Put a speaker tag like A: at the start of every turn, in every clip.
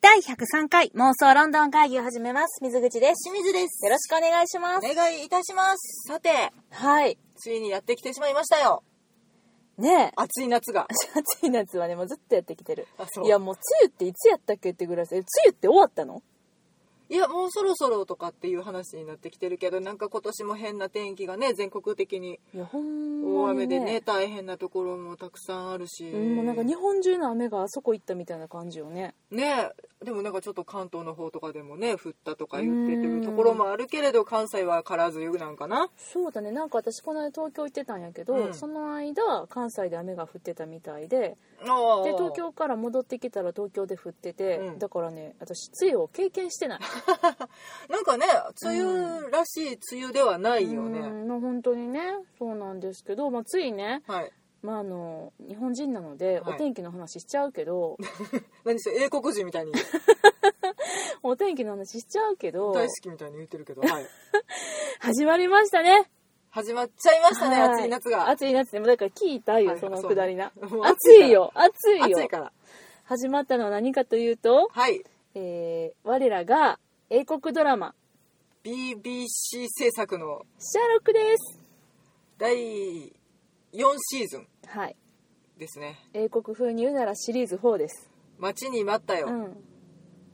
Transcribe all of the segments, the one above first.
A: 第103回妄想ロンドン会議を始めます。水口です。
B: 清水です。
A: よろしくお願いしま
B: お
A: す。
B: 願いいたします。さて、
A: はい。
B: ついにやってきてしまいましたよ。
A: ねえ。
B: 暑い夏が。
A: 暑い夏はね、もうずっとやってきてる
B: あ。そう
A: いや、もう梅雨っていつやったっけってぐらいです。え梅雨って終わったの
B: いや、もうそろそろとかっていう話になってきてるけど、なんか今年も変な天気がね、全国的に
A: いや、ほん
B: 大
A: まに、
B: 雨
A: ね。
B: でね、大変なところもたくさんあるし。
A: うん、もうなんか日本中の雨があそこ行ったみたいな感じよね。
B: ねでもなんかちょっと関東の方とかでもね、降ったとか言って
A: うん
B: るところもあるけれど、関西はからずなんかな。
A: そうだねなんか私この間東京行ってたんやけど、
B: うん
A: その間関西で雨が降ってたみたいで
B: あー
A: で東京から戻ってきたら東京で降ってて、
B: うん
A: だからね私梅雨を経験してない
B: なんかね、梅雨らしい梅雨ではないよね。
A: うんまあ本当にねそうなんですけど、まあ、ついね、
B: はい。
A: まあ、あの日本人なので
B: はい
A: お天気の話しちゃうけ ど、
B: 何せ英国人みたいに、
A: お天気の話しちゃうけど
B: 大好きみたいに言ってるけど、はい。
A: 始まりましたね
B: 始まっちゃいましたね、
A: はい
B: 暑い夏が。
A: 暑い夏でもだから聞いたよ、
B: はい
A: そのくだりな
B: そうもう
A: 暑いよ暑いよ
B: 暑いから。
A: 始まったのは何かというと、
B: はい。
A: えー我らが英国ドラマ
B: BBC 制作の
A: 「シャーロック」です
B: 第4シーズン
A: はい
B: ですね。
A: 英国風に言うならシリーズ4です
B: 待ちに待った
A: う
B: よ。
A: ん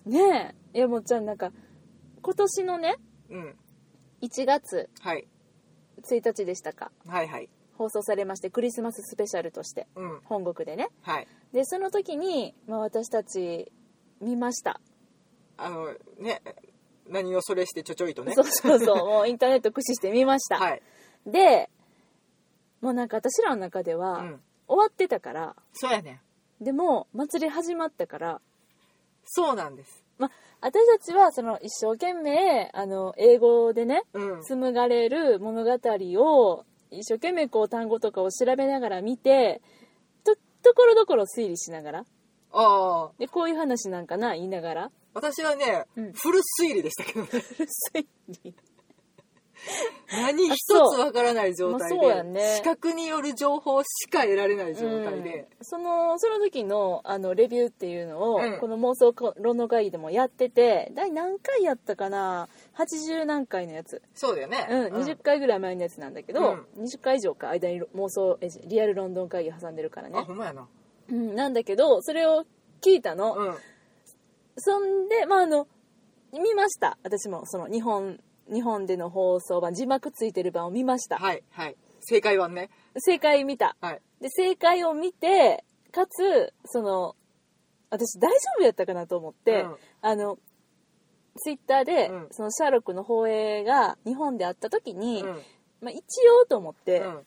A: ねえいやもうじゃあなんか今年のね
B: うん。
A: 1月
B: はい。
A: 1日でしたか
B: はいはい。
A: 放送されましてクリスマススペシャルとして
B: うん。
A: 本国でね
B: はい。
A: でその時に、まあ、私たち見ました、
B: あの、ね、何をそれしてちょちょいとね
A: そ。うそう そうもうインターネット駆使して見ました、
B: はい。
A: でもうなんか私らの中で
B: う
A: は、
B: ん。
A: 終わってたから
B: そうやね。
A: でも祭り始まったから
B: そうなんです。
A: まあ私たちはその一生懸命あの英語でね
B: うん。
A: 紡がれる物語を一生懸命こう単語とかを調べながら見てとところどころ推理しながら
B: ああ。
A: でこういう話なんかな言いながら
B: 私はね、
A: うん
B: フル推理でしたけ どね。
A: 推理
B: 何一つ
A: そう
B: わからない状態で、
A: まあそうやね
B: 視覚による情報しか得られない状態で。
A: うんそのその時のあのレビューっていうのを、
B: うん
A: この妄想論の会議でもやってて第何回やったかな80何回のやつ、
B: そうだよね。
A: うん20回ぐらい前のやつなんだけど、20回以上か間に妄想えリアルロンドン会議挟んでるから
B: あ、
A: ね
B: ほ、んまやな。
A: うん、なんだけどそれを聞いたの、
B: うん。
A: そんでまああの見ました私もその日本日本での放送版字幕ついてる版を見ました、
B: はい、はい。正解はね。
A: 正解見た
B: はい。
A: で正解を見てかつその私大丈夫やったかなと思って、
B: うん
A: あのツイッターで、
B: うん
A: そのシャーロックの放映が日本であった時に、
B: うん。
A: まあ、一応と思って、
B: うん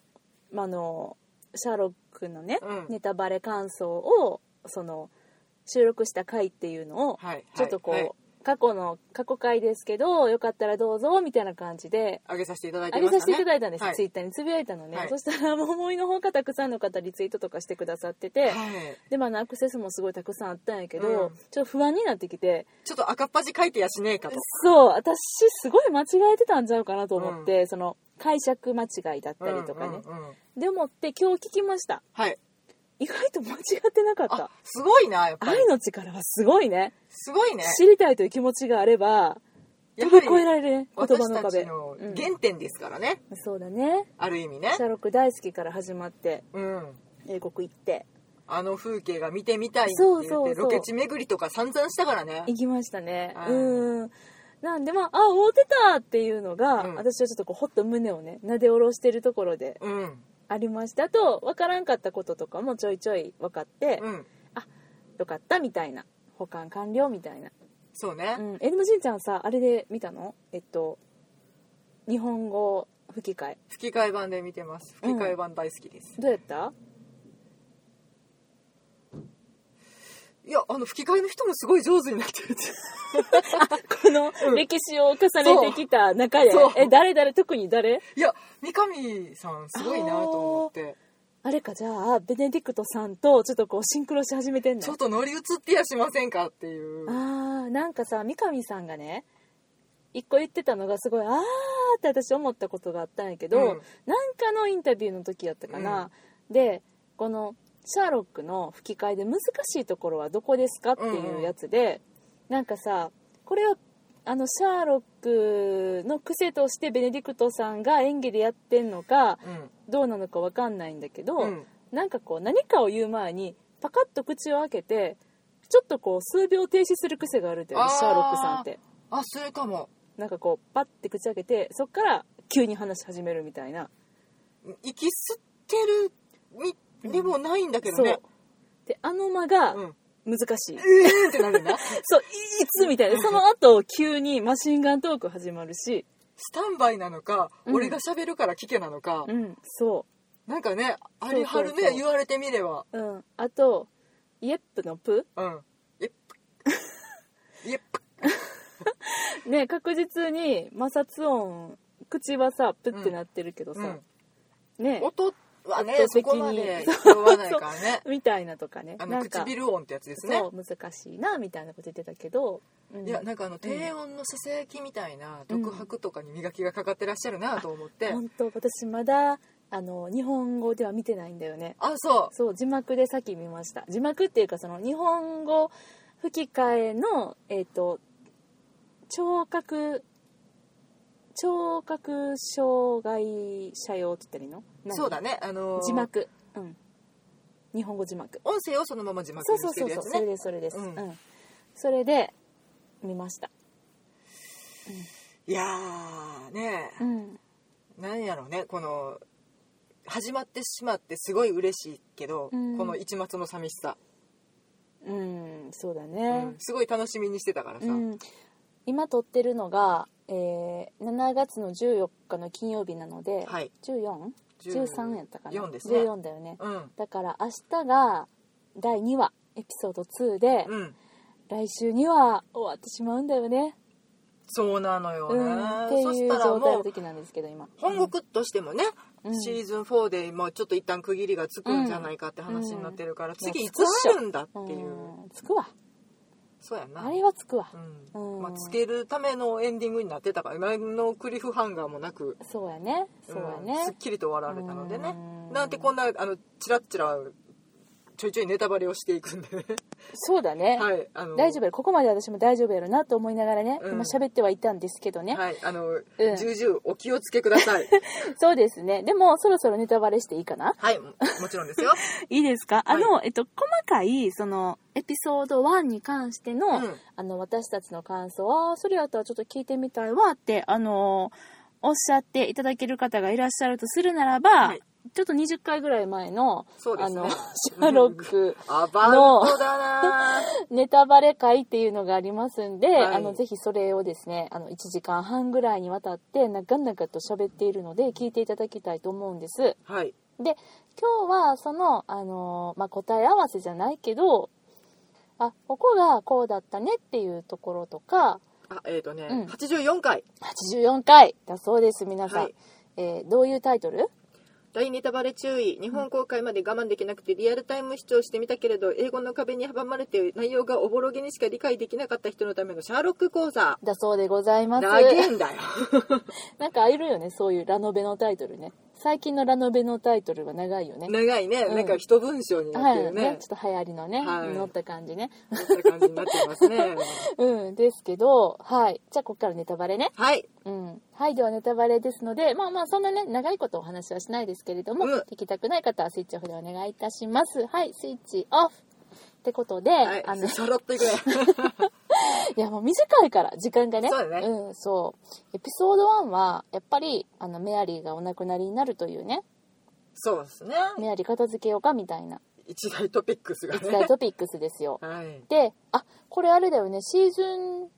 A: まあ、あのシャーロックのね、
B: うん
A: ネタバレ感想をその収録した回っていうのを、
B: はいはい
A: ちょっとこう、
B: はい
A: 過去の過去回ですけどよかったらどうぞみたいな感じで
B: 上げさせていただいて
A: 上
B: ま
A: げ
B: したね。
A: させていただいたんです、
B: はい
A: ツイッターにつぶやいたのね、
B: はい
A: そしたらもう思いのほかたくさんの方リツイートとかしてくださってて、
B: はい。
A: でまあアクセスもすごいたくさんあったんやけど、
B: うん
A: ちょっと不安になってきて
B: ちょっと赤っ端書いてやしねえかと。
A: そう私すごい間違えてたんちゃうかなと思って、その解釈間違いだったりとかね、
B: うんうんうん
A: でもって今日聞きました
B: はい。
A: 意外と間違ってなかった
B: あ、すごいな、やっぱり
A: 愛。の力はすごいね
B: すごいね。
A: 知りたいという気持ちがあれば飛
B: やっぱ
A: び
B: り
A: 越えられるね言葉
B: 私
A: の
B: たち
A: 壁
B: の
A: うん
B: 原点ですからね。
A: そうだね
B: ある意味ね
A: シ。ャーロック大好きから始まって
B: うん。
A: 英国行って
B: あの風景が見てみたいって
A: そ
B: 言
A: う
B: っ
A: そうそう
B: て、ロケ地巡りとか散々したからね。
A: 行きましたね
B: はい
A: うんなんでまああ終ってたっていうのが、
B: うん
A: 私はちょっとこうほっと胸をねなで下ろしてるところで
B: うん。
A: ありましたあと分からんかったこととかもちょいちょい分かって、
B: うん。
A: よかったみたいな保管完了みたいな、
B: そうね
A: う。ん、えでもじんちゃんさあれで見たのえっと日本語吹き替え
B: 吹き替え版で見てます。吹き替え版大好きです。
A: どうやった
B: いや、あの、吹き替えの人もすごい上手になってる って。
A: この
B: うん
A: 歴史を重ねてきた中で、
B: そう
A: え誰誰特に誰
B: いや、三上さんすごいなと思って。
A: あれかじゃあベネディクトさんとちょっとこうシンクロし始めてんの
B: ちょっと乗り移ってやしませんかっていう。
A: あーなんかさ三上さんがね一個言ってたのがすごいあーって私思ったことがあったんやけど、
B: うん
A: なんかのインタビューの時やったかな、でこのシャーロックの吹き替えで難しいところはどこですかっていうやつで、なんかさこれはあのシャーロックの癖としてベネディクトさんが演技でやってんのかどうなのかわかんないんだけど、
B: うん
A: なんかこう何かを言う前にパカッと口を開けてちょっとこう数秒停止する癖があるんだよね
B: あー
A: シャーロックさんって
B: あそれかも
A: なんかこうパッて口開けてそっから急に話し始めるみたいな
B: 息吸ってるみでもないんだけど
A: そう
B: ね、
A: であの間が
B: うん、
A: 難しい、
B: えーってなるんだ
A: そういつみたいなその後急にマシンガントーク始まるし
B: スタンバイなのか、
A: うん
B: 俺が喋るから聞けなのか、
A: うんそ
B: なんかねあれ
A: そ
B: は
A: うそう
B: る
A: そう
B: ね言われてみれば
A: ううんあとイエップのプ
B: うんイエッ プイエップ
A: ね確実に摩擦音口はさプってなってるけど
B: う
A: さ
B: ん、
A: ね
B: 音はね
A: 圧倒
B: そ
A: 的に
B: こまで拾わない からね
A: みたいなとかね
B: あ
A: な
B: の
A: んか
B: 唇音ってやつですね
A: そう難しいなみたいなこと言ってたけど、うん
B: いやなんかあの低音のささやきみたいな
A: うん
B: 独白とかに磨きがかかってらっしゃるなと思って、
A: 本当私まだあの日本語では見てないんだよね
B: あそ
A: そう字幕でさっき見ました字幕っていうかその日本語吹き替えのえっ、と聴覚聴覚障害者用って言ったらいいの
B: う
A: 何
B: そうだねあのー
A: 字幕うん日本語字幕
B: 音声をそのまま字幕
A: そう
B: に
A: そう
B: し
A: そ
B: て
A: う
B: る
A: そ
B: や
A: う
B: つ
A: それ
B: ね
A: ですそれです、
B: う
A: うんんそれで見ました
B: いやーね
A: う
B: え、
A: ん
B: なんやろうねこの始まってしまってすごい嬉しいけど、
A: うん
B: この一末の寂しさ、
A: うんそうだ
B: う
A: ね
B: ん、すごい楽しみにしてたからさ、
A: うん、今撮ってるのが、えー7月の14日の金曜日なので、
B: はい
A: 14?13 やったかな
B: 14ですね
A: 14だよね、
B: うん
A: だから明日が第2話エピソード2で、
B: うん
A: 来週には終わってしまうんだよね、
B: そうなのよ
A: う
B: ね、
A: ん、って
B: そ
A: い
B: し
A: う
B: たら
A: 状態
B: も
A: の
B: う
A: 時なんですけど今
B: 本国としてもね、
A: うん
B: シーズン4でもうちょっと一旦区切りがつくんじゃないかって話になってるから、次
A: もう
B: いつあるんだっていう、
A: うんつくわ
B: そうやな
A: あれはつくわ、
B: うん
A: うん
B: まあ、つけるためのエンディングになってたから今のクリフハンガーもなく、
A: そうやね
B: う
A: そ
B: ん
A: うやね
B: すっ、きりと終わられたのでね
A: うん
B: なんてこんなあのチラッチラちょいちょいネタバレをしていくんで ね
A: そうだね、
B: はいあの
A: 大丈夫やろここまで私も大丈夫やろなと思いながらね、
B: うん
A: 今喋ってはいたんですけどね、
B: はいあの、重々お気をつけください
A: そうですね。でも、そろそろネタバレしていいかな
B: はいももちろんですよ、
A: いいですかあの、えっと、細かい、その、エピソード1に関しての、
B: うん
A: あの、私たちの感想は、あーそれやったらちょっと聞いてみたいわって、あのーおっしゃっていただける方がいらっしゃるとするならば、
B: はい
A: ちょっと20回ぐらい前の、
B: そうで
A: あ
B: すね
A: の、シ ャーロック
B: アバウトだな
A: ネタバレ会っていうのがありますんで、
B: はい
A: あの、ぜひそれをですね、あの、1時間半ぐらいにわたって、なかなかと喋っているので、聞いていただきたいと思うんです。
B: はい
A: で今日はその、あのーまあ、答え合わせじゃないけどあここがこうだったねっていうところとか
B: あえっ、とね、
A: うん
B: 84回
A: 84回だそうです皆さん、
B: はい
A: えーどういうタイトル
B: 大ネタバレ注意日本公開まで我慢できなくてリアルタイム視聴してみたけれど英語の壁に阻まれて内容がおぼろげにしか理解できなかった人のためのシャーロック講座
A: だそうでございます
B: なげんだよ
A: なんかいるよねそういうラノベのタイトルね最近のラノベのタイトルは長いよね
B: 長いね、
A: うん
B: なんか一文章になっ
A: は
B: て
A: い
B: るね
A: ね、ちょっと流行りのね、
B: はい
A: 乗った感じね
B: そんな感じになってますね
A: うんですけどはいじゃあここからネタバレね
B: はい
A: うん、はいではネタバレですのでまあまあそんなね長いことお話はしないですけれども、
B: うん
A: 聞きたくない方はスイッチオフでお願いいたしますはいスイッチオフってことで、
B: はい
A: あの い
B: さらっといくね
A: やもう短いから時間がね
B: そうだね
A: ん、そうエピソード1はやっぱりあのメアリーがお亡くなりになるというね
B: そうですね
A: メアリー片付けようかみたいな
B: 一大トピックスが
A: 一
B: ね
A: 大トピックスですよ
B: はい
A: であこれあれだよねシーズン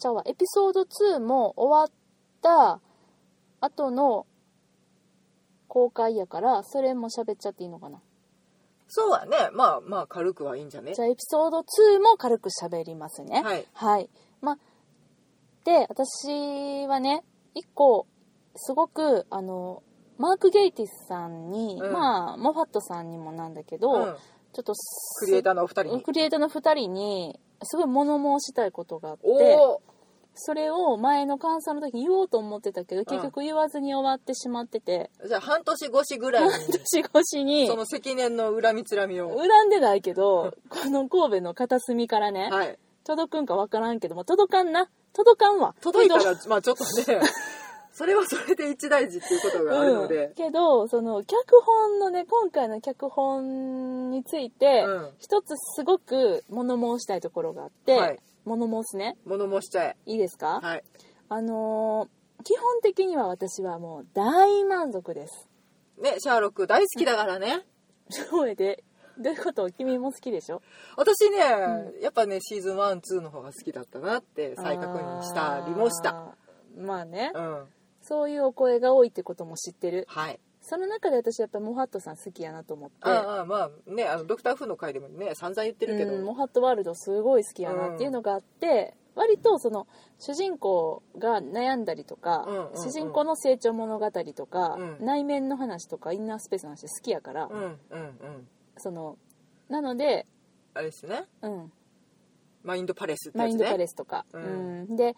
A: ちゃうわエピソード2も終わった後の公開やからそれも喋っちゃっていいのかな
B: そうはねまあまあ軽くはいいんじゃね
A: じゃあエピソード2も軽く喋りますね
B: はい
A: まで私はね一個すごくあのマーク・ゲイティスさんに、
B: うん
A: まあモファットさんにもなんだけど、
B: うん
A: ちょっと
B: ク
A: す
B: リエイターのお二人に
A: クリエイターの2人にすごい物申したいことがあって
B: おお
A: それを前の感想の時に言おうと思ってたけど結局言わずに終わってしまってて
B: じゃあ半年越しぐらいに
A: 年越しに
B: その積年の恨みつらみを
A: 恨んでないけどこの神戸の片隅からね
B: はい
A: 届くんかわからんけども、届かんな。届かんわ。
B: 届いた
A: け
B: らまあちょっとね それはそれで一大事っていうこと
A: ど
B: があるの
A: うん
B: で、
A: けど、その、脚本のね、今回の脚本について、
B: うん
A: 一つすごく物申したいところがあって、
B: はい
A: 物申すね。
B: 物申しちゃえ
A: いいですか、
B: はい
A: あのー基本的には私はもう大満足です。
B: ねシャーロック大好きだからね、
A: そうやで、どういうこと君も好きでしょ
B: 私ね、やっぱねシーズン12の方が好きだったなって再確認したりもした
A: あー。まあね、
B: うん
A: そういうお声が多いってことも知ってる。
B: はい
A: その中で私やっぱモハットさん好きやなと思って。
B: ああまあねあのドクター・フーの回でもね散々言ってるけど、
A: うん、モハットワールドすごい好きやなっていうのがあって、割とその主人公が悩んだりとか、
B: うんうんうん
A: 主人公の成長物語とか、
B: うん
A: 内面の話とかインナースペースの話好きやから、
B: うんうんうん
A: そのなので、
B: あれですね
A: うん、
B: マインドパレスって
A: マ
B: や
A: イ
B: つ
A: ン
B: ね
A: ドパレスとか、
B: う
A: うんんで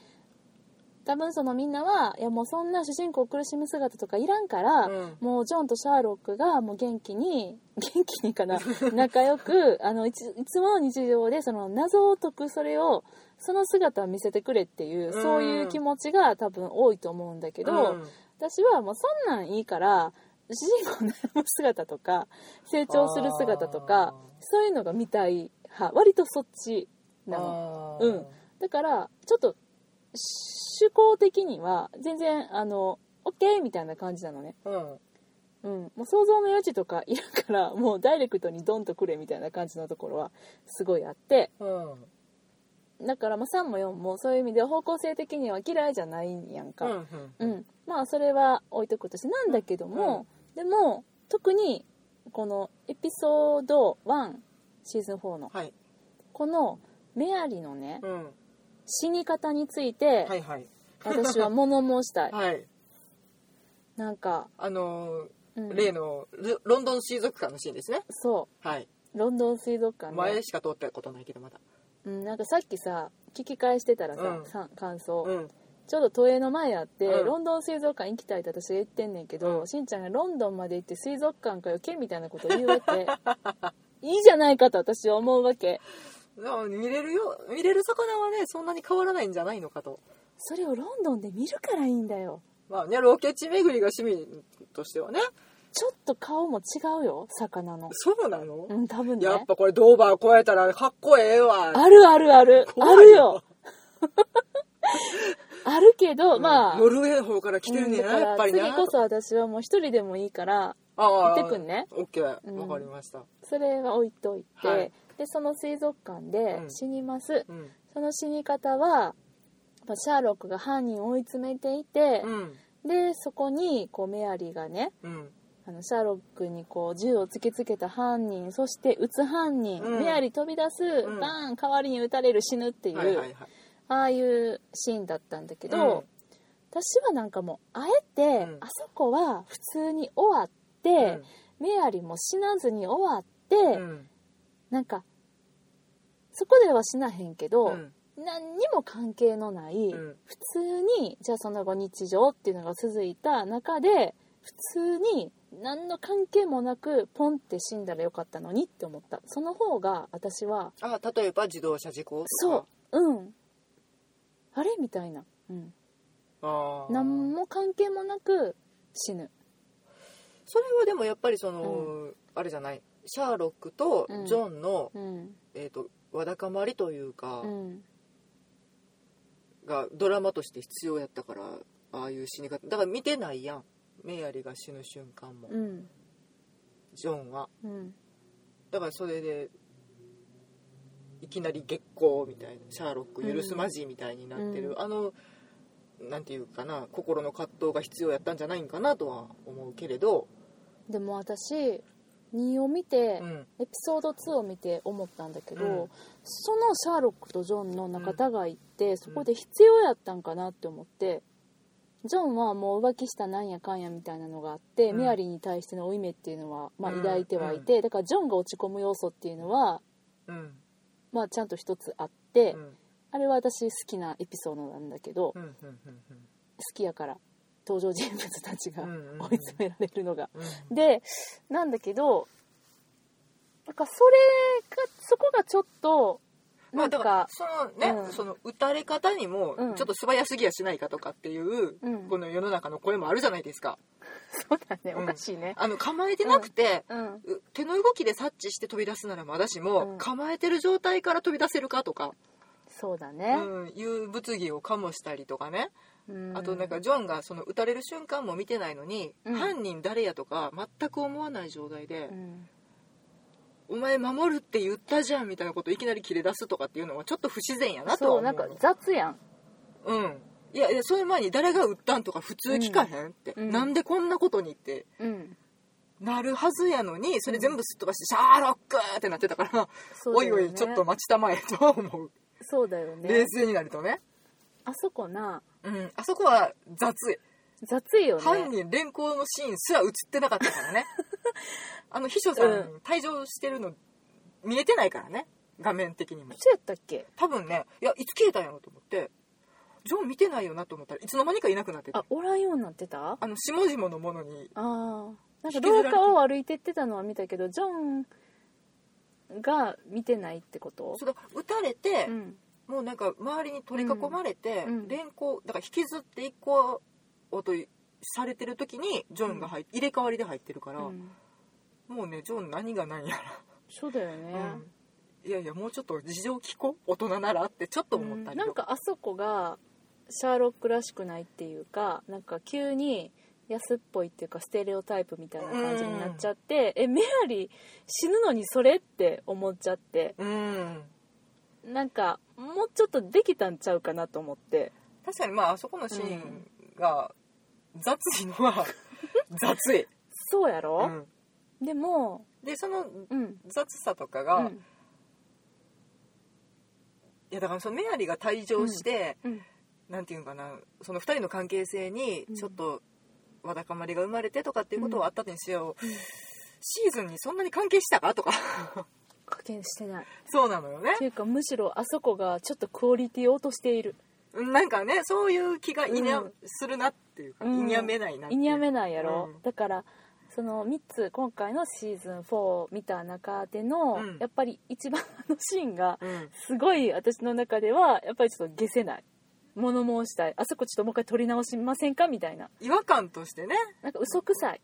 A: 多分そのみんなはいやもうそんな主人公苦しむ姿とかいらんから、
B: うん
A: もうジョンとシャーロックがもう元気に 元気にか な仲良くあのいついつもの日常でその謎を解くそれをその姿を見せてくれっていう
B: うん
A: そういう気持ちが多分多いと思うんだけど、
B: うん
A: 私はもうそんなんいいから主人公の悩む姿とか成長する姿とか
B: あー
A: そういうのが見たい派割とそっちなの。
B: あー
A: うんだからちょっと趣向的には全然あの OK みたいな感じなのね、
B: うん
A: うん、もう想像の余地とかいるから もうダイレクトにドンとくれみたいな感じのところはすごいあって
B: うんうん
A: だからまあ3も4もそういう意味では方向性的には嫌いじゃないんやん
B: う
A: か、
B: ん
A: うんまあそれは置いとくとしてなんだけども、でも特にこのエピソード1シーズン4の
B: はい
A: このメアリーのね
B: うん
A: 死に方について
B: はいはい
A: 私は物申したい
B: はい
A: なんか、
B: あの
A: うん
B: ー例のロロンドン水族館のシーンですね
A: そ
B: はいう
A: ロンドン水族館
B: 前
A: で、
B: しか通ったことないけどまだ
A: うん、なんかさっきさ聞き返してたらさ、
B: うん
A: さ感想、
B: うん
A: ちょうど都営の前やって、
B: うん
A: ロンドン水族館行きたいって私が言ってんねんけど、
B: うん
A: しんちゃんがロンドンまで行って水族館かよけみたいなことを言うわ けいいじゃないかと私は思うわけ
B: でも見れるよ見れる魚はねそんなに変わらないんじゃないのかと
A: それをロンドンで見るからいいんだよ
B: まあねロケ地巡りが趣味としてはね
A: ちょっと顔も違うよ魚の
B: そうなの、
A: うん多分ね
B: やっぱこれドーバー超えたらかっこええわ
A: あるあるあるあ
B: 怖い
A: るよ あるけど、まあ
B: ノルウェーの方から来てるね
A: うんだから
B: やっぱりね
A: 次こそ私はもう一人でもいいから
B: あ
A: 行
B: あ
A: ってくんね
B: オッケー
A: うん
B: わかりました
A: それは置いといて、
B: はい
A: でその水族館で
B: うん
A: 死にます、
B: うん
A: その死に方はまあシャーロックが犯人を追い詰めていて
B: う、ん
A: でそこにこうメアリーがね
B: うん
A: あのシャーロックにこう銃を突きつけた犯人そして撃つ犯人、
B: うん
A: メアリー飛び出す、
B: ん
A: バーン代わりに撃たれる死ぬっていう、
B: はいはいはい
A: ああいうシーンだったんだけど、
B: うん
A: 私はなんかもうあえて、
B: うん
A: あそこは普通に終わって、メアリも死なずに終わって、
B: うんうん
A: なんかそこでは死なへんけど、
B: うん
A: 何にも関係のない、
B: うん
A: 普通にじゃあその後日常っていうのが続いた中で普通に何の関係もなくポンって死んだらよかったのにって思ったその方が私は
B: あ例えば自動車事故とか
A: そううんあれみたいな、うん、
B: ああ
A: 何も関係もなく死ぬ
B: それはでもやっぱりその、あれじゃないシャーロックとジョンの、
A: うん
B: えー、とわだかまりというか、
A: うん
B: がドラマとして必要やったからああいう死に方だから見てないやんメアリが死ぬ瞬間も、
A: うん
B: ジョンは
A: うん
B: だからそれでいきなり月光みたいなシャーロック許すまじみたいになってる、
A: う
B: あのなんていうかな心の葛藤が必要やったんじゃないんかなとは思うけれど、
A: でも私2を見て、
B: うん
A: エピソード2を見て思ったんだけど、
B: うん
A: そのシャーロックとジョンの仲違いって、そこで必要やったんかなって思ってジョンはもう浮気したなんやかんやみたいなのがあって、
B: うん
A: メアリーに対しての負い目っていうのは、まあ、
B: うん
A: 抱いてはいて、だからジョンが落ち込む要素っていうのは、
B: うん
A: まあ、ちゃんと一つあって、
B: うん
A: あれは私好きなエピソードなんだけど、
B: う
A: 好
B: んうんうんうん
A: きやから登場人物たちが
B: うんうんうん
A: 追い詰められるのが。
B: うん
A: でなんだけどなんかそれがそこがちょっと
B: ま
A: な
B: あ
A: ん
B: だ
A: か
B: からそのね、
A: うん
B: その打たれ方にも
A: うん
B: ちょっと素早すぎやしないかとかっていう、
A: うん
B: この世の中の声もあるじゃないですか。
A: そうだね
B: うん
A: おかしいね
B: あの構えてなくて、
A: うん
B: う手の動きで察知して飛び出すならまだし
A: う
B: も、
A: ん
B: 構えてる状態から飛び出せるかとか、
A: そうだ
B: う
A: ね
B: ん、いう物議を醸したりとかね、
A: うん
B: あとなんかジョンがその撃たれる瞬間も見てないのに、
A: うん
B: 犯人誰やとか全く思わない状態で
A: う、ん
B: お前守るって言ったじゃんみたいなこといきなり切れ出すとかっていうのはちょっと不自然やなとは
A: そう
B: 思
A: な
B: うんの
A: か雑やん
B: うんいやいやその前に誰が撃ったんとか普通聞かへんって、
A: うん
B: なんでこんなことにって
A: うん
B: なるはずやのにそれ全部すっ飛ばして「シャーロック!」ってなってたから、
A: そう
B: お
A: だ
B: い
A: よ
B: お
A: ね
B: いちょっと待ちたまえとは思う、
A: そうだよね
B: 冷静になるとね、
A: あそこな
B: うん、あそこは雑い
A: 雑いよね
B: 犯人連行のシーンすら映ってなかった からねあの秘書さん、
A: うん
B: 退場してるの見えてないからね画面的にも
A: そうやったっけ
B: 多分ねいやいつ消えたんやろと思ってジョン見てないよなと思ったらいつの間にかいなくなって
A: あ
B: た
A: おらんようになってたあ
B: あの下々のものに
A: あなんか
B: 引きず
A: 廊
B: られて
A: 下を歩いてってたのは見たけどジョンが見てないってこと
B: それ撃たれて、
A: うん
B: もうなんか周りに取り囲まれて、
A: うん
B: 連行だから引きずっていこうとされてる時にジョンが入っ入れ替わりで入ってるから、
A: うん
B: もうねジョン何が何やら、
A: そうだよね
B: うんいやいやもうちょっと事情聞こう大人ならってちょっと思った
A: うん
B: り
A: なん
B: と
A: かあそこがシャーロックらしくないっていうかなんか急に安っぽいっていうかステレオタイプみたいな感じになっちゃって、えメアリー死ぬのにそれって思っちゃって
B: うん
A: なんかもうちょっとできたんちゃうかなと思って
B: 確かにまああそこのシーンが雑い のは雑い、
A: そうや
B: う
A: ろ、
B: ん
A: でも
B: でその
A: うん
B: 雑さとか
A: う
B: が、い
A: ん
B: やだからそのメアリーが退場して、
A: うん
B: なんていうんかなその2人の関係性に
A: うん
B: ちょっとわだかまりが生まれてとかっていうこ
A: う
B: と
A: ん
B: はあったにしよう、
A: うん
B: シーズンにそんなに関係したかと か
A: 加減してない
B: そうなのよね
A: っていうかむしろあそこがちょっとクオリティを落としている
B: なんかねそういう気がいにゃ、
A: うん
B: するなっていうか、
A: うん
B: いにゃめないなって
A: い
B: いう
A: にやめないやろ、
B: うん
A: だからその3つ今回のシーズン4見た中での、
B: うん
A: やっぱり一番あのシーンが
B: うん
A: すごい私の中ではやっぱりちょっと消せない物申したいあそこちょっともう一回撮り直しませんかみたいな
B: 違和感としてね
A: なんか嘘くさい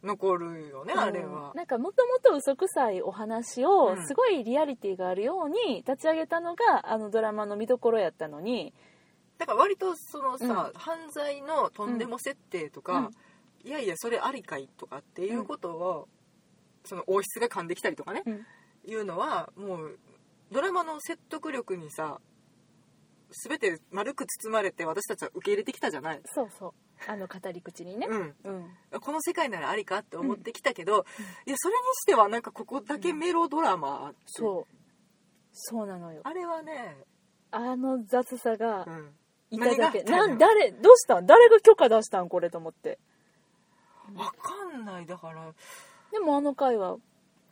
B: 残るよね、あれ
A: う
B: は
A: ん、なんかもともと嘘くさいお話
B: う
A: を
B: ん
A: すごいリアリティがあるように立ち上げたのがあのドラマの見どころやったのに
B: だから割とそのさ、犯罪のとんでも設定とか、いやいやそれありかいとかっていうことを、その王室が噛んできたりとかね、
A: うん
B: いうのはもうドラマの説得力にさ全て丸く包まれて私たちは受け入れてきたじゃない、
A: そうそうあの語り口にね、
B: うん、
A: うん、
B: この世界ならありかって思ってきたけど、いやそれにしてはなんかここだけメロドラマって
A: そうそうなのよ
B: あれはね、
A: あの雑さが
B: うん、
A: いただけ、
B: 何があったの
A: なん誰どうしたん誰が許可出したんこれと思って
B: わかんないだから
A: でもあの回は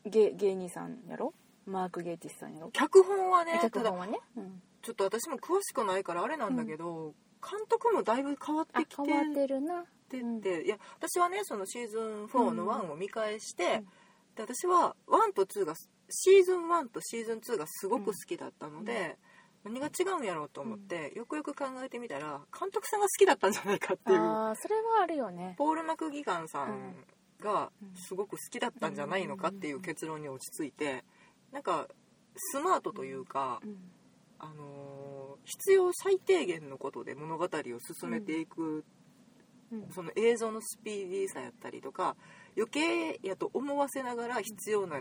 A: 芸芸人さんやろマーク・ゲイティスさんやろ
B: 脚本はね
A: 脚
B: ただ
A: 本はね、うん、
B: ちょっと私も詳しくないからあれなんだけど、監督もだいぶ変わって
A: あ
B: きて
A: 変わってるな
B: ってって、いや私はねそのシーズン4の1を見返して、で私は1と2がシーズン1とシーズン2がすごく好きだったので、何が違うんやろうと思って、よくよく考えてみたら監督さんが好きだったんじゃないかっていう
A: ああそれはあるよね
B: ポール・マクギガンさんが
A: うん
B: すごく好きだったんじゃないのかっていう結論に落ち着いてなんかスマートというか、
A: うん
B: あのー必要最低限のことで物語を進めていく
A: うん
B: その映像のスピーディーさやったりとか余計やと思わせながら必要な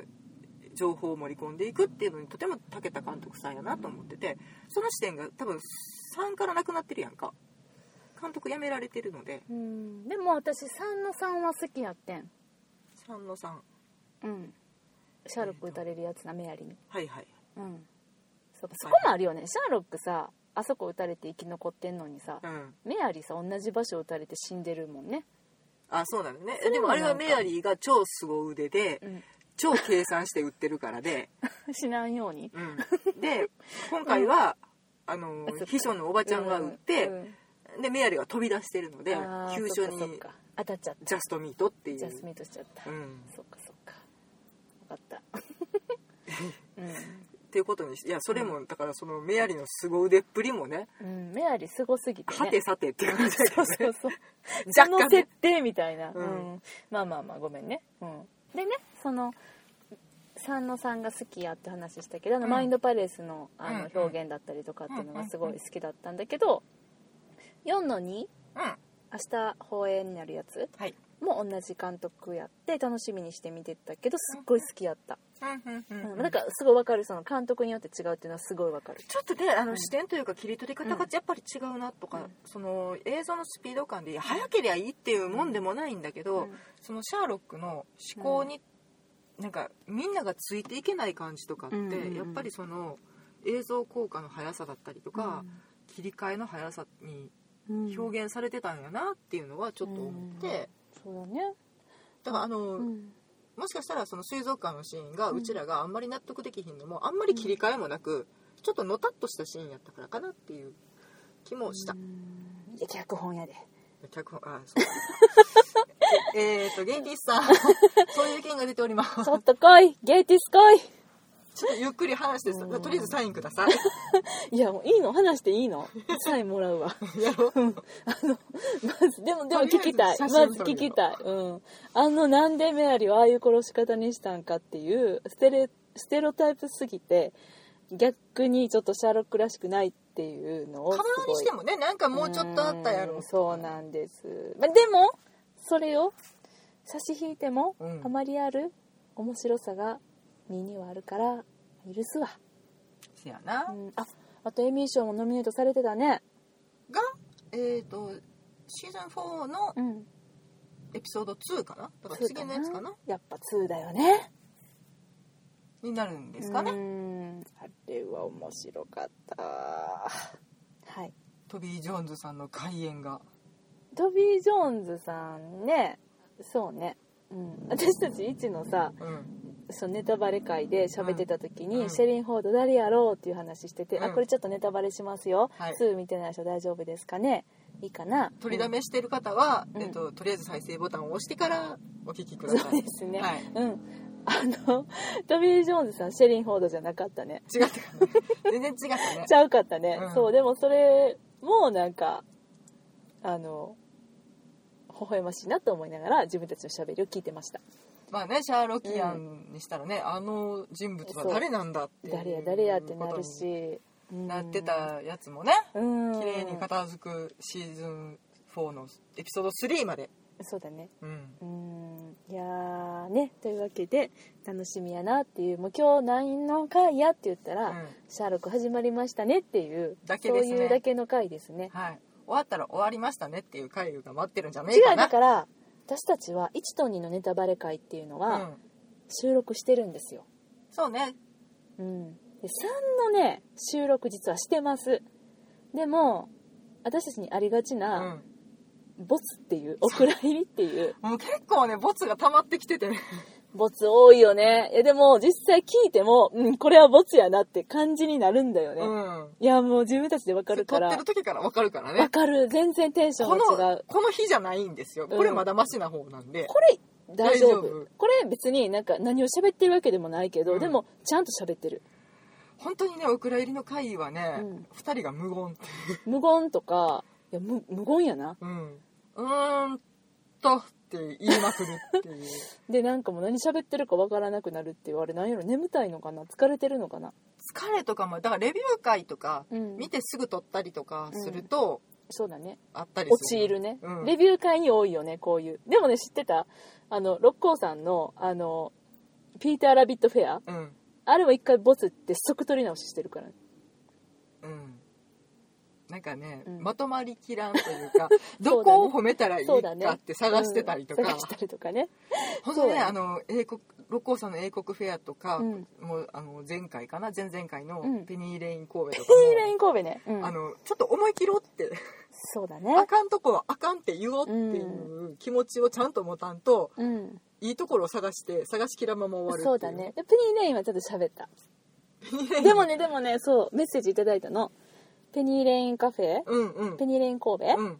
B: 情報を盛り込んでいくっていうのにとても長けた監督さんやなと思っててその視点が多分3からなくなってるやんか監督辞められてるので
A: うん、でも私3の3は好きやってん
B: 3の3
A: うんシャーロック打たれるやつなメアリーに
B: はいはい
A: うんそうそこもあるよねシャーロックさあそこ打たれて生き残ってんのにさ
B: うん
A: メアリーさ同じ場所打たれて死んでるもんね、
B: あそうなのね
A: それ
B: で
A: もな
B: もあ
A: ん
B: れ
A: か
B: はメアリーが超凄腕で
A: うん、
B: 超計算して売ってるからで、
A: 死なんように
B: うん、で今回は、あの
A: あそっか
B: 秘書のおばちゃんが売って、
A: うん
B: でメアリーが飛び出してるので
A: あー
B: 急所
A: そっかそ
B: に
A: っか当たっちゃっ
B: ジャストミートってい
A: た
B: う。
A: ジャスミートしちゃった、
B: うん、
A: そっかそっか分かったうん
B: っていうことにしいやそれもだからそのメアリーの凄腕っぷりもね
A: うん、メアリーすごすぎて、ね、
B: はてさてっていう感じだ け
A: そ
B: ど
A: う
B: ね
A: そうそう
B: 若
A: そ
B: 干
A: の設定みたいな、
B: う
A: うんんまあまあまあごめんね、うん、でねその三野さんが好きやって話したけどあの、
B: うん
A: マインドパレスのあ
B: う
A: の
B: んうん
A: 表現だったりとかっていうのがすごい好きだったんだけど4の2明
B: うん
A: 日放映になるやつ
B: はい
A: も同じ監督やって楽しみにして見てたけどすっごい好きやった、
B: うんうん
A: う
B: うん
A: ん、なんかすごいわかるその監督によって違うっていうのはすごいわかる
B: ちょっとねあの、
A: うん
B: 視点というか切り取り方が
A: うん
B: やっぱり違うなとか、
A: うん
B: その映像のスピード感で早けりゃいいっていうもんでもないんだけど、そのシャーロックの思考に、なんかみんながついていけない感じとかって、
A: うんうんうん
B: やっぱりその映像効果の速さだったりとか、切り替えの速さに
A: うん
B: 表現されてたんやなっていうのはちょっと思っ
A: う
B: て、
A: んそうだね、
B: だからあの、
A: うん
B: もしかしたらその水族館のシーンが
A: うん
B: うちらがあんまり納得できひんのも、あんまり切り替えもなくちょっとのたっとしたシーンやったからかなっていう気もした、
A: うんいや脚本やで
B: 脚本あ そうえっとゲンティスさんそういう意見が出ております
A: ちょっと来いゲイティス来
B: ちょっとゆっくり話してさ
A: うん
B: とりあえずサインくださ い
A: いいやもういいの話していいのサインもらうわ
B: やろう
A: あのま ずでもでも聞き
B: とりあ
A: た
B: え
A: い
B: ず
A: まず
B: 写真撮るよ
A: 聞きたいうんあのなんでメアリーをああいう殺し方にしたんかっていうステレステロタイプすぎて逆にちょっとシャーロックらしくないっていうのを
B: 可
A: す
B: 能
A: ご
B: に
A: い
B: してもねなんかもうちょっとあったやろ
A: うんそうなんです、まあ、でもそれを差し引いても、
B: うん
A: あまりある面白さが身にはあるから許すわ、
B: せやな、
A: うん、ああとエミー賞もノミネートされてたね
B: がえっ、とシーズン4の
A: うん
B: エピソード2かなだから次のやつかな
A: やっぱ2だよね
B: になるんで
A: です
B: かね、
A: うんあれは面白かったはい
B: トビー・ジョーンズさんの開演が
A: トビー・ジョーンズさんねそうね、うん、私たち一のさ
B: うん
A: そのネタバレ会で喋ってた時に、
B: うん
A: シェリン・フォード誰やろうっていう話してて、
B: う
A: あ
B: ん
A: これちょっとネタバレしますよ、
B: はい
A: 2見てない人大丈夫ですかねいいかな
B: 取りだめしてる方は、
A: うん
B: えっと、とりあえず再生ボタンを押してからお聞きく
A: うん
B: ださ
A: そう
B: い、
A: ですね、
B: はい
A: うんあの トビー・ジョーンズさんシェリン・フォードじゃなかったね
B: 違ったかな全然違ったね
A: ちゃうかったね、
B: うん
A: そうでもそれもなんかあの微笑ましいなと思いながら自分たちのしゃべりを聞いてました
B: まあねシャーロキアンにしたらね、あの人物は誰なんだっていう
A: 誰や誰やってなるし
B: ことに
A: な
B: なってたやつもね
A: うん
B: 綺麗に片付くシーズン4のエピソード3まで、
A: そうだね
B: うん、
A: うんいやーねというわけで楽しみやなっていうもう今日何の回やって言ったら、
B: うん
A: シャーロック始まりましたねっていう
B: だけですね
A: そういうだけの回ですね
B: はい終わったら終わりましたねっていう回が待ってるんじゃねえ
A: 違
B: か
A: う
B: な
A: だから私たちは1と2のネタバレ回っていうの
B: う
A: は
B: ん、
A: 収録してるんですよ、
B: そうね
A: うん、で3のね収録実はしてますでも私たちにありがち
B: う
A: な、
B: ん
A: ボツっていうお蔵入りっていう
B: もう結構ねボツが溜まってきててね
A: ボツ多いよね。いやでも実際聞いても、うん、これはボツやなって感じになるんだよね。
B: うん
A: いやもう自分たちでわかるか
B: 撮
A: ら
B: って。る時から分かるからね
A: わかる。全然テンショ
B: こ
A: ンが違
B: の
A: う。
B: この日じゃないんですよ
A: うん
B: これまだマシな方なんで、
A: これ大丈夫
B: 大丈夫
A: これ別になんか何を喋ってるわけでもないけど、
B: うん
A: でもちゃんと喋ってる。
B: 本当にねお蔵入りの会はね、
A: うん
B: 二人が無言っていう
A: 無言とか、いや無無言やな。
B: うんうーんとって言いまくるっていう
A: でなんかもう何喋ってるかわからなくなるっていうあれなんやろ眠たいのかな疲れてるのかな
B: 疲れとかもだからレビュー会とか、
A: うん
B: 見てすぐ撮ったりとかすると、
A: そうだね。
B: あったりする
A: 陥るね、
B: うん
A: レビュー会に多いよねこういうでもね知ってたあの六甲さんのあのピーター・ラビット・フェア
B: うん
A: あれも一回ボツって即取り直ししてるからね
B: うんなんかね、
A: うん
B: まとまりきらんというか
A: そ
B: ど
A: うだね
B: こを褒めたらいいか
A: そうだね
B: って探してたりとか、
A: うん探したりとかね
B: 本当ね
A: そう
B: あの英国六甲山の英国フェアとか、
A: うん
B: もうあの前回かな前々回の
A: うん
B: ペニーレイン神戸とか
A: ペ
B: も、
A: ニーレイン神戸ね、うん
B: あのちょっと思い切ろうって、
A: そうだ
B: あ
A: ね
B: かんとこはあかんって言おうっていう気持ちをちゃんと持たんと、
A: うん
B: いいところを探して探しきらんまま終わるってい
A: そうだねでペニーレインはちょっと喋った
B: ペニーレイン
A: でもねでもねそうメッセージいただいたのペニーレインカフェ
B: うんうん
A: ペニーレイン神戸、
B: うん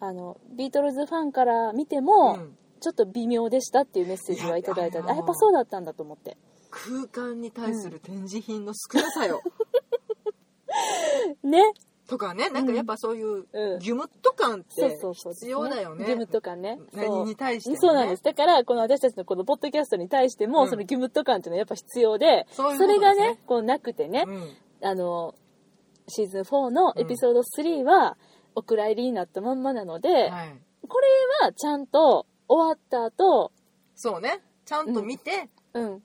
A: あのビートルズファンから見ても、
B: うん
A: ちょっと微妙でしたっていうメッセージはいただいたんで
B: いや
A: あやっぱそうだったんだと思って
B: 空間に対する展示品の少なさよ、
A: ね
B: とかねなんかやっぱそういう
A: うん
B: ギュムッと感っ
A: そう
B: て
A: そうそう
B: 必要だよね
A: 義務とかね
B: 何に対しても、ね、
A: そうなんです。だから、この私たちのこのポッドキャストに対しても、
B: うん
A: そのギュムッと感っていうのはやっぱ必要で、
B: そういう
A: そ
B: ことで
A: れ
B: すね
A: がね、こうなくてね、
B: うん
A: あの、シーズン4のエピソード3は、お蔵入りになったまんまなので、
B: はい、
A: これはちゃんと終わった後、
B: そうねちゃんと見て、
A: うん、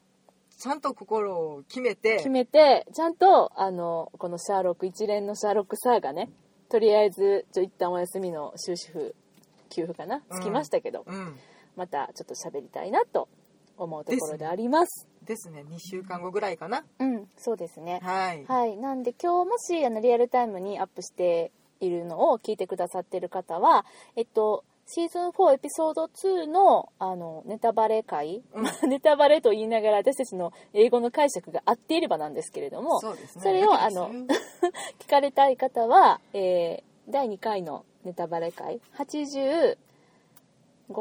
B: ちゃんと心を決めて
A: 決めて、ちゃんと、あの、このシャーロック、一連のシャーロックサーがね、とりあえず、ちょ、一旦お休みの終止符、給付かな、
B: うん
A: つきましたけど、
B: うん
A: またちょっと喋りたいなと思うところであります。
B: ですね2週間後ぐらいかな
A: うん、そうですね。
B: はい、
A: はい、なんで今日もしあのリアルタイムにアップしているのを聞いてくださっている方は、えっと、シーズン4エピソード2のあのネタバレ会、 ネタバレと言いながら私たちの英語の解釈が合っていればなんですけれども、
B: そうですね
A: それを
B: だけど
A: あの聞かれたい方は、えー第2回のネタバレ会85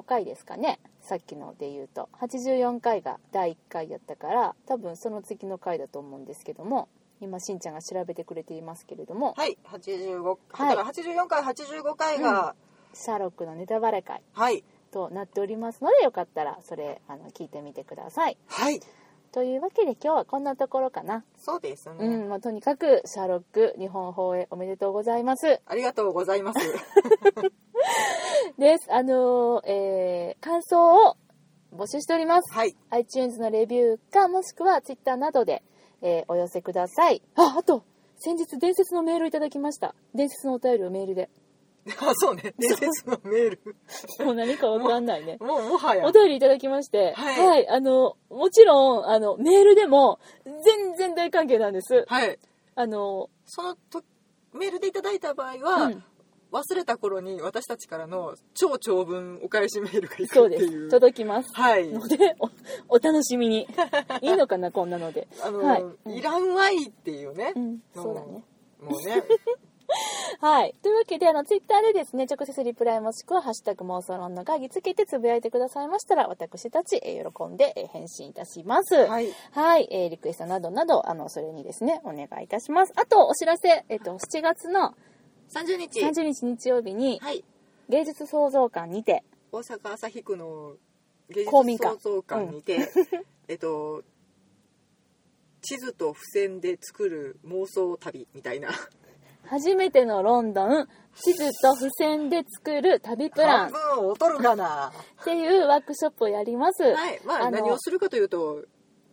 A: 回ですかねさっきので言うと84回が第1回やったから多分その次の回だと思うんですけども今しんちゃんが調べてくれていますけれども、
B: はい85
A: はい
B: だから84回85回が、
A: シャーロックのネタバレ会
B: はい
A: となっておりますのでよかったらそれあの聞いてみてください
B: はい
A: というわけで今日はこんなところかな、
B: そうですね、
A: うんもうとにかくシャーロック日本放映おめでとうございます
B: ありがとうご ざいます
A: です。あのーえー感想を募集しております。
B: はい
A: iTunes のレビューか、もしくは Twitter などで、えーお寄せください。あ、あと、先日伝説のメールをいただきました。伝説のお便りをメールで。
B: あそうね伝説のメール
A: もう何かわかんないね。
B: もうもはや
A: お便りいただきまして、
B: はい
A: あの、もちろん、あの、メールでも、全然大関係なんです。
B: はい
A: あの、
B: そのとメールでいただいた場合は、
A: うん
B: 忘れた頃に私たちからの超長文お返しメールがい
A: そ
B: く
A: う
B: って
A: で
B: い
A: す。
B: う
A: 届きます。
B: はい
A: ので、お、お楽しみに。いいのかな、こんなの で。
B: あの、
A: はいいうん
B: らんわいっていうね、
A: うん、そうだね。
B: もうね
A: はい。というわけで、あの、ツイッターでですね、直接リプライもしくは、ハッシュタグ妄想論の会議つけてつぶやいてくださいましたら、私たち、えー喜んで、えー返信いたします。 はい。
B: はい
A: えーリクエストなどなど、あの、それにですね、お願いいたします。あと、お知らせ、えっ、と、7月の
B: 30日
A: 30日日曜日に、
B: はい
A: 芸術創造館にて、
B: 大阪旭区の芸術
A: 公民
B: 創
A: 館
B: 造館にて、えっと地図と付箋で作る妄想旅みたいな
A: 初めてのロンドン、地図と付箋で作る旅プラン
B: 半
A: っ
B: 分を劣るかな
A: ていうワークショップをやります。
B: はいまあ
A: あの
B: 何をするかというと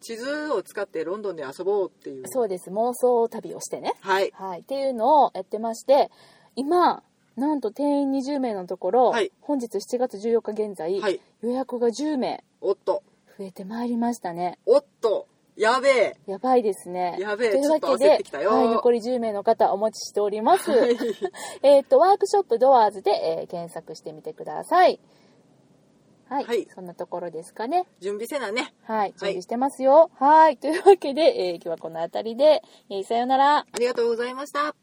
B: 地図を使ってロンドンで遊ぼうっていう
A: そうです。妄想旅をしてね。
B: はい
A: はい、っていうのをやってまして今なんと定員20名のところ、
B: はい
A: 本日7月14日現在、
B: はい
A: 予約が10名
B: おっと
A: 増えてまいりましたね
B: おっとやべえ
A: やばいですね
B: やべえ
A: というわけ
B: ちょっと焦って
A: で
B: きたよ
A: はい、残り10名の方お待ちしております、
B: はい
A: えっとワークショップドアーズで、えー検索してみてくださいはい、
B: はい
A: そんなところですかね
B: 準備せなね
A: はい準備してますよはいというわけで、えー今日はこの辺りで、えーさようなら
B: ありがとうございました